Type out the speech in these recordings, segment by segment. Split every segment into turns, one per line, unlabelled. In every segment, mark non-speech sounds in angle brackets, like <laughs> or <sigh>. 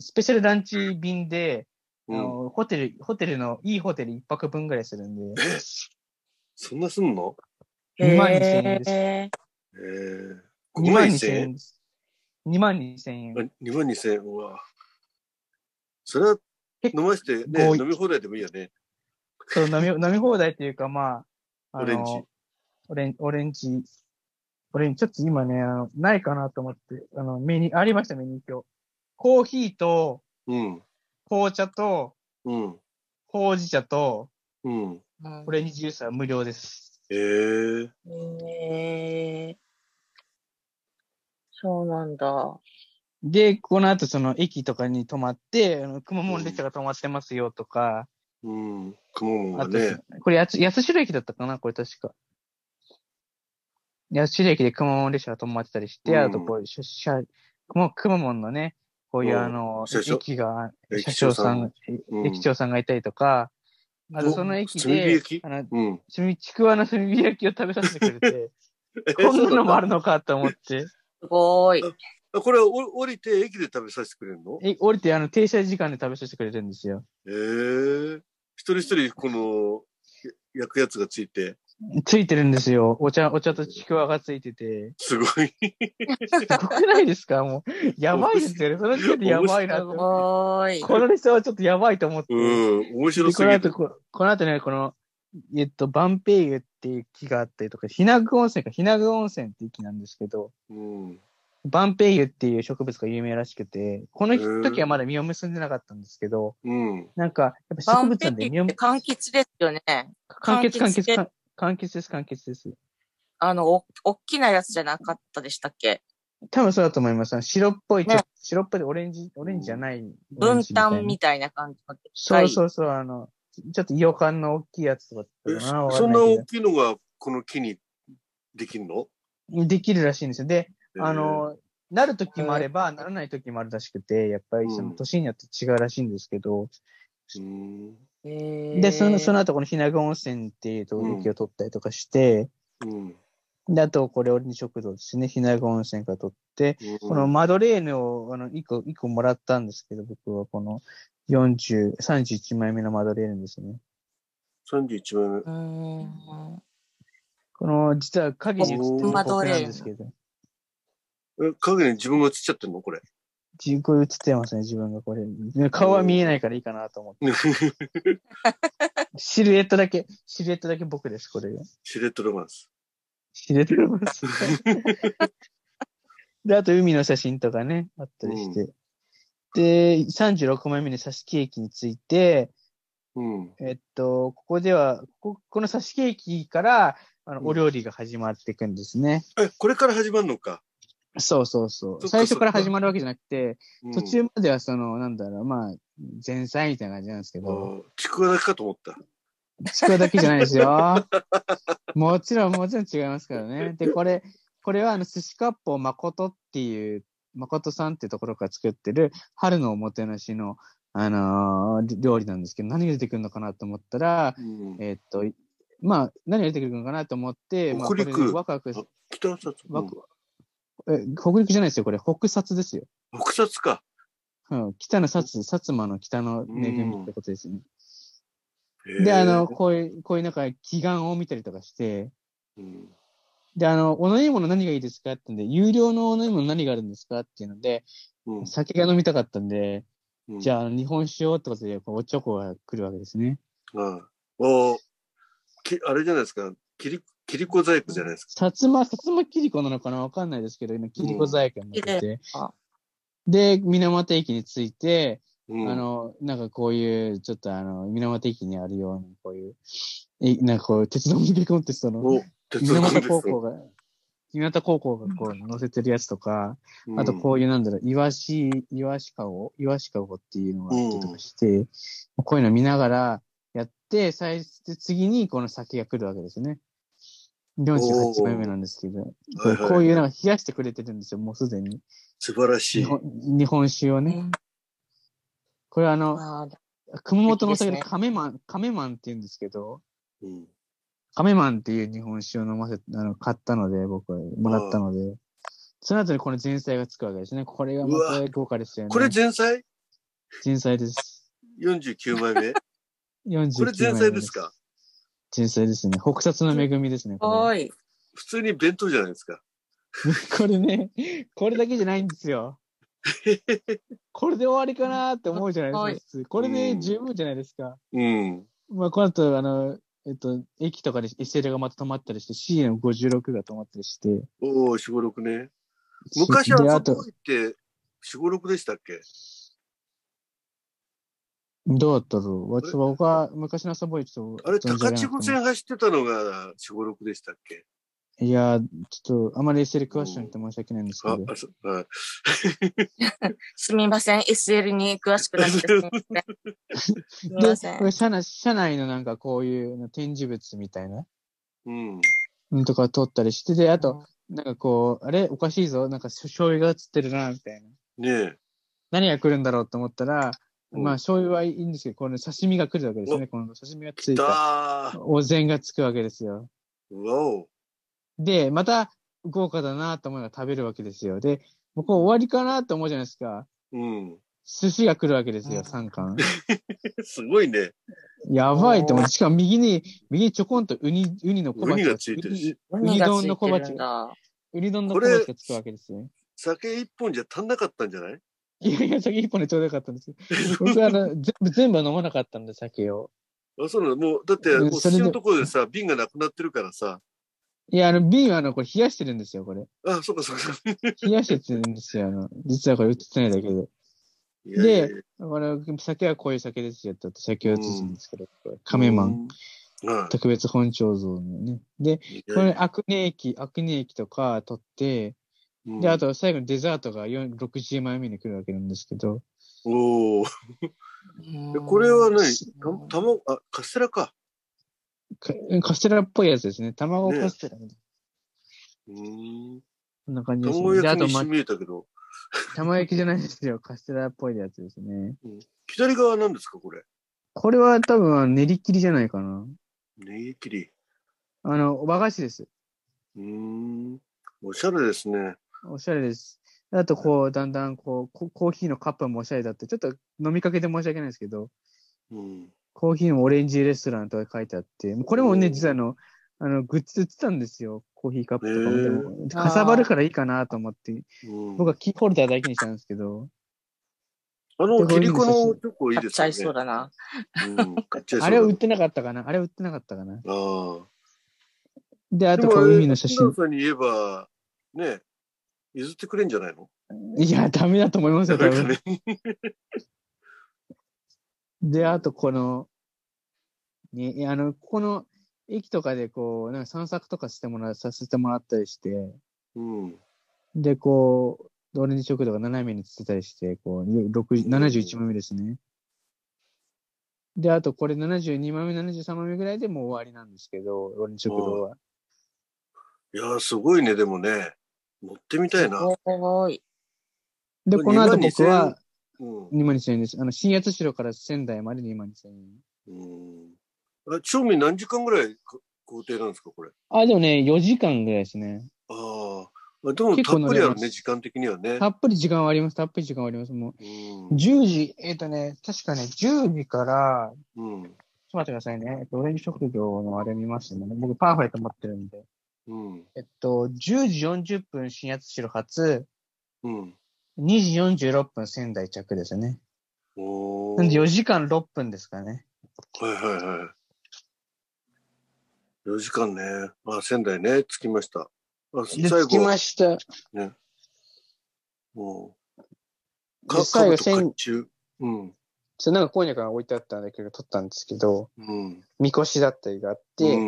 スペシャルランチ便で、あ
うん。
のホテル、ホテルの、いいホテル一泊分ぐらいするんで、
え、そそんなすんの
2万2000円です。
へ
えー、
2
5
万
万
2000
2000円
円です。2万2000円。
あ2万2000円は。それは
結
飲ませて、ね、
合意
飲み放題でもいいよね。
そう飲み、飲み放題っていうか、まあ、あの
オレンジ。
オレンオレンジ。オレンジ、ちょっと今ね、あのないかなと思って、あの、メニュー、ありました、メニュー表。コーヒーと、
うん。
紅茶と、
うん。
ほうじ茶と、
うん。
ー
オレンジジュースは無料です。
えー、
へーそうなんだ。
で、この後その駅とかに泊まって、あの熊門列車が止まってますよとか、
うん。くも
あ
が
と
ね。、
これやつ、安代駅だったかなこれ確か。安代駅で熊門列車が止まってたりして、
うん
あとこう、車、車、もう熊門のね、こういう
うん
あの、
車掌
駅が、
駅
車掌さんが、
うん
駅長さんがいたりとか、あとその駅
お炭火
で
焼、き
あの、
うん。
炭ちくわの炭火焼きを食べさせてくれ
<laughs>
て、こんなのもあるのかと思って。
すごい。
あこれお降りて駅で食べさせてくれるの
え、降りて、あの、停車時間で食べさせてくれるんですよ。
ええ一人一人このや焼くやつがついて
ついてるんですよ。お茶、お茶とちくわがついてて。
すごい
すごくないですかもう。やばいですよね。その時点でやばいな
す
と思っ
ごい
て。。この列車はちょっとやばいと思って。
う
で
ん面白す
こ
ぎ
の
る
後こ、この後ね、この、えっと、バンペイユっていう木があったりとか、ひなぐ温泉か、ひなぐ温泉っていう木なんですけど、
うん
バンペイユっていう植物が有名らしくて、この
へー
時はまだ実を結んでなかったんですけど、
うん
なんか、やっぱ
バ
植
ン
物
ペ
な
っ
ん
て
で実を、
柑橘ですよね。
完結完
柑橘
結
で
完完結です、完結です。
あの、お、おっきなやつじゃなかったでしたっけ
多分そうだと思います。白っぽい、ちょ
ね
白っぽいでオレンジ、オレンジじゃない。
分担み
み
たいな感じの。
たいな。そうそうそう、あの、ちょっと洋館の大きいやつとかだ
え
ったかな。わか
そん
んな
ない
け
大きいのがこの木にできるの
どできるらしいんですよ。で、あの、なる時もあれば、ならない時もあるらしくて、やっぱりその
うん
年によって違うらしいんですけど、
えーうん
で、
で
その、その
の、
後この日名温泉っていうところを取ったりとかして、
うん
で、あとこれオレンジ食堂ですね、日名温泉から取って、このマドレーヌを、あの、一個、一個もらったんですけど、僕はこの40、31枚目のマドレーヌですね。
31枚目
うーん。
この、実は影に映ってる
マ
ド
僕
レー
な
ヌ
んですけど、
え影に自分が映っちゃってるのこれ <laughs>
じこれ映ってますね、自分がこれ。ね顔は見えないからいいかなと思って。シルエットだけ、シルエットだけ僕です、これが。
シルエットロマンス
シルエットです。で、あと海の写真とかね、あったりして。で、36枚目のサシケーキについて、
うん
えっと、ここでは、こここの刺しケーキから、あの、
うん
お料理が始まっていくんですね。
えこれから始まるのか、
そうそうそ
そっ
う。
か
最初から
そっか
始まるわけじゃなくて、
うん
途中まではその、なんだろう、まあ、前菜みたいな感じなんですけ
あ
ど、
ーちくわだけかと思った
ちくわだけじゃないですよ。もちろん、もちろん違いますからね。で、これ、これはあの、寿司割烹誠っていう、誠さんっていうところから作ってる、春のおもてなしの、あのー料理なんですけど、何が出てくるのかなと思ったら、
うん
えーっと、いまあ、何が出てくるのかなと思って、まあ、
北陸
これワクワク
あ北札
ワク、え、北陸じゃないですよ、これ、北薩ですよ。
北札か
うん、北の薩、薩摩の北の恵みってことですね。
えー
で、あの、こういう、こういうなんか、祈願を見たりとかして、
うん
で、あの、お飲み物何がいいですかってんで、有料のお飲み物何があるんですかっていうので、
うん
酒が飲みたかったんで、
うん
じゃあ、あの日本酒をってことで、こうおちょこが来るわけですね。
ああおーきあれじゃないですか。キリ、キリコ細工じゃないですか。
薩摩、薩摩切子なのかなわかんないですけど、今、切子細工になってて
あ。
で、水俣駅に着いて、
うん、
あの、なんかこういう、ちょっとあの、水俣駅にあるような、こういう、え、なんかこう、鉄道向けコンテストの、
お、鉄
水
道コンテ
俣
ス
高校
ト。
が、水俣高校がこう、載せてるやつとか、
うん
あとこういう、なんだろう、イワシ、イワシカゴ、イワシカゴっていうのがあったりとかして、こういうの見ながらやって、最終次にこの先が来るわけですね。48枚目なんですけど、こ
は
れ
いはい
こういうのが冷やしてくれてるんですよ、もうすでに。
素晴ら
日
しい。
本日本酒をね。これあの、
あー
熊本のお酒
素敵で
で
すね
亀マン、亀マンって言うんですけど、
うん
亀マンっていう日本酒を飲ませ、あの、買ったので、僕はもらったので、その後にこの前菜がつくわけですね。これがまた豪華ですよね。
これ前菜
前菜です。
?49 枚目。
49
これ前菜ですか
前菜ですね。北殺の恵みですね。こ
おい。
普通に弁当じゃないですか。
れ <laughs> これね、これだけじゃないんです
<laughs>
よ。これで終わりかなって思うじゃないですか普通。これで十分じゃないですか。
うん。
まあ、この後、あの、えっと、駅とかで SL がまた止まったりして、C の56が止まったりして。
おお、四五六ね。昔は
であ
あそ
と
こ、行って四五六でしたっけ
どうだったろう私は他、昔の朝ぼいちょっと。
あれ、
存じ上
高
げなかったな
千穂線走ってたのが四五六でしたっけ
いやー、ちょっと、あまり SL 詳しくなくて申し訳ないんですけ
あ
ど、
あ、そあ
すみません。SL に詳しくなくてすみ
<laughs>
ません。すみませ
で、こ
ん。
れ車内、車内のなんかこういうの展示物みたいな、
うん。
うんとか撮ったりして、で、あと、なんかこう、あれおかしいぞなんかしょ醤油が映ってるな、みたいな。
ねえ。
何が来るんだろうと思ったら、
うん
まあ、醤油はいいんですけど、この刺身が来るわけですね。この刺身がついた、
だー
お膳がつくわけですよ。
うわお。
で、また、豪華だなと思うのが食べるわけですよ。で、もうこう終わりかなと思うじゃないですか。
うん。
寿司が来るわけです
う
よ、
ん
3巻。
すごいね。
やばいって思って、しかも右に、右にちょこんとウニ、ウニの小
ウニ
鉢
がついてるし。
ウニ
何がつ
丼の
い
小
てる
鉢
ん
が、
だ。
ウニ丼の小鉢がつくわけですよ。
酒一本じゃ足んなかったんじゃない
いやいや、酒一本でちょうどよかったん
<laughs>
ですけど、僕はあの、全部、全部は飲まなかったんで、酒を。
あそうなのもう、だって、
うん
お
それ
寿司
で
のところでさ、瓶がなくなってるからさ。
いや、あの、瓶はあの、これ冷やしてるんですよ、これ。
あ、そうかそうか。
冷やしてるんですよ、あの、実はこれ映ってないだけで。
いやいやいや
あの、酒はこういう酒ですよって言って、酒を映すんですけど、これカメマン。。
うんはい
特別本醸造のね。で、
い
こ
やい
れ、
や
アクネ駅、アクネ駅とか取って、
うん
で、あと最後にデザートが4 60枚目に来るわけなんですけど、
おお。え
うん
これはね、た
うん
たま、あ、カステラか。
かカステラっぽいやつですね。卵カステラみたいな。
うーん。
こんな感じです
卵
ね。で、あ
焼き
と、
に
ま
し、みえたけど、
卵焼きじゃないですよ。カステラっぽいやつですね。
左側なんですか、これ。
これは多分練り切りじゃないかな。
ネギ切り。
あの、和菓子です。
うーん。おしゃれですね。
おしゃれです。あと、こう、だんだん、こうコ、コーヒーのカップもおしゃれだって、ちょっと飲みかけで申し訳ないですけど、
うん。
コーヒーのオレンジレストランとか書いてあって、もうこれも
う
ね、
ん
実はあの、あの、グッズ売ってたんですよ。コーヒーカップとか
へ
も。
ー
でも、かさばるからいいかなと思って、
うん、
僕はキーホルダーだけにしたんですけど、
あの、切り子のチョコいい
買
で
っ
す
ちゃ
よね。
いそうだな。
うん。買っちゃいそうだ。
あれは売ってなかったかなあれは売ってなかったかな
ああ。
で、あ
で
と、
も
こ
あ
う、
れ
海の写
船
真
尾。さんに言えば、ね、譲ってくれんじゃないの
いや、ダメだと思いますよ、多
誰か
分。
ね。
で、あと、この、ね、あの、ここの、駅とかでこう、なんか散策とかしてもら、させてもらったりして、
うん。
で、こう、オレンジ食堂が斜めにつってたりして、こう、60 71枚目ですね。で、あとこれ72枚目、73枚目ぐらいでもう終わりなんですけど、オレンジ食堂は。
いやー、すごいね、でもね。乗ってみたいな。
すごい。
で、
これ
この後僕は
うん。
2万2000円です。あの、新八代から仙台まで2万2000円。
うん。あ、賞味何時間ぐらいか工程なんですか、これ。
あ、でもね、4時間ぐらいですね。
ああ。でも、
結
た
構
っ
乗
ぷり
れ
あ
ま
る
す
ね、時間的にはね
た。っぷり時間はあります。たっぷり時間はあります。も
うん
う、10時、えっ、とね、確かね、10時から、
うん。
ちょっと待ってくださいね。えっとオレンジ食堂のあれ見ますね。僕パンフレット持ってるんで。
うん。
えっと、10時40分新八代発、
うん。
2時46分仙台着ですね。
お
なんで
ー。
4時間6分ですかね。
はいはいはい。4時間ね。あ、仙台ね、着きました。あ、
で、
最
着き
後。
ました。
うん。
で
か、か
最後
ぶと甲
千
冑。うん。
そうなんかこんにゃくが置いてあったんだけど、取ったんですけど、
うん。
みこしだったりがあって、
う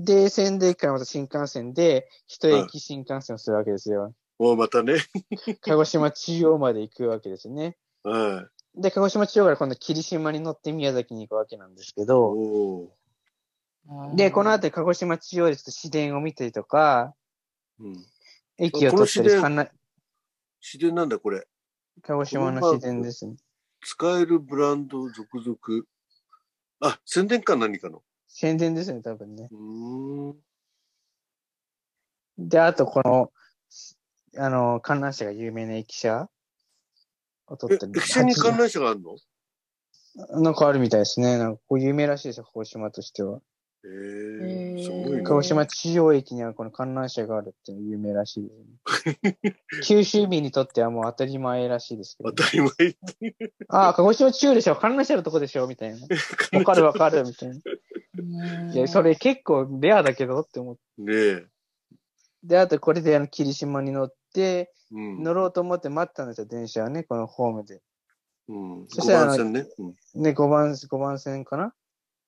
ん、
で、仙台からまた新幹線で、一駅新幹線をするわけですよ。
おまたね。
鹿児島中央まで行くわけですね。
はい。
で、鹿児島中央から今度霧島に乗って宮崎に行くわけなんですけど、
おー
で、この後鹿児島中央でちょっと市電を見たりとか、
うん。
駅を取ったり
この市電
かな、
自然なんだ、これ。
鹿児島の市電ですね。
使えるブランド続々。あ、宣伝か何かの。
宣伝ですね、多分ね。
うーん。
で、あとこの、あの、観覧車が有名な駅舎を撮
え
ったり。
駅舎に観覧車があるの
なんかあるみたいですね。なんかここ有名らしいですよ、鹿児島としては。
え
へ
ー、
ー
すごい
鹿
な。
児島中央駅にはこの観覧車があるっていうの有名らしい
<laughs>
です、ね。九州民にとってはもう当たり前らしいですけど、
当たり前。
ああ、鹿児島中央でしょ、観覧車のとこでしょ、みたいな。わかるわかる、みたいな。いや、それ結構レアだけどって思って。
ねえ。
で、あとこれであの霧島に乗って、
うん。
乗ろうと思って待ったんですよ、電車はね、このホームで。
うん。
そし
5
たら
番線ね。うん
ね、5番、五番線かな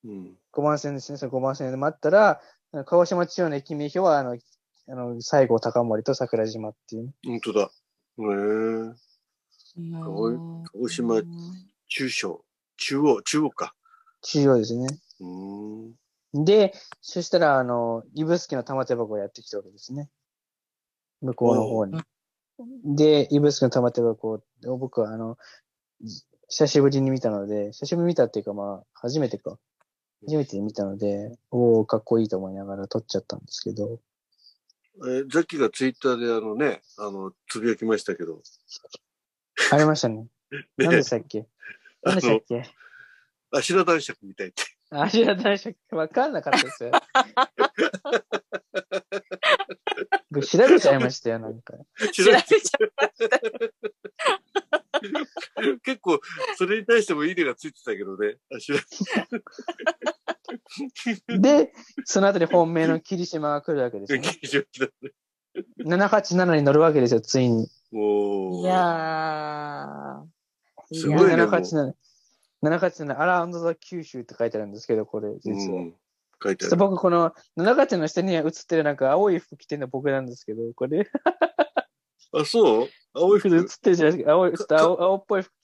うん。
?5 番線ですね、その5番線で待ったら、あの鹿児島中央の駅名表は、あの、あの西郷隆盛と桜島っていうね、
本当だ。えー、鹿児島中小。中央、中央か。
中央ですね。
うーん。
で、そしたら、あの、指宿の玉手箱をやってきたわけですね。向こうの方に。で、指宿の玉手箱を僕は、あの、じ久しぶりに見たので、久しぶりに見たっていうか、まあ、初めてか。初めて見たので、おおかっこいいと思いながら撮っちゃったんですけど、
えーザッキーがツイッターであのね、あの、つぶやきましたけど。
ありましたね。
ね
何でしたっけ何でしたっけ
あしら男爵み
<laughs>
たいって。
ありがとうございまわかんなかった <laughs> ですよ。僕調べちゃいましたよ、なんか。
調べちゃう。
結構、それに対してもいいねがついてたけどね。あしら <laughs>
で、その後に本命の霧島が来るわけですね。
劇場来た。
787に乗るわけですよ、ついに。
もう。
いやー。
すごいねもう
787。787、アラウンドザ九州って書いてあるんですけど、これ、実は。
うん、書い
ち
て
ょっと
ある。
僕、この787の下に映ってるなんか青い服着てるの僕なんですけど、これ、
あ、そう青い
映
服
っ。てるじゃないですか。青い、ちょっと青青っぽい服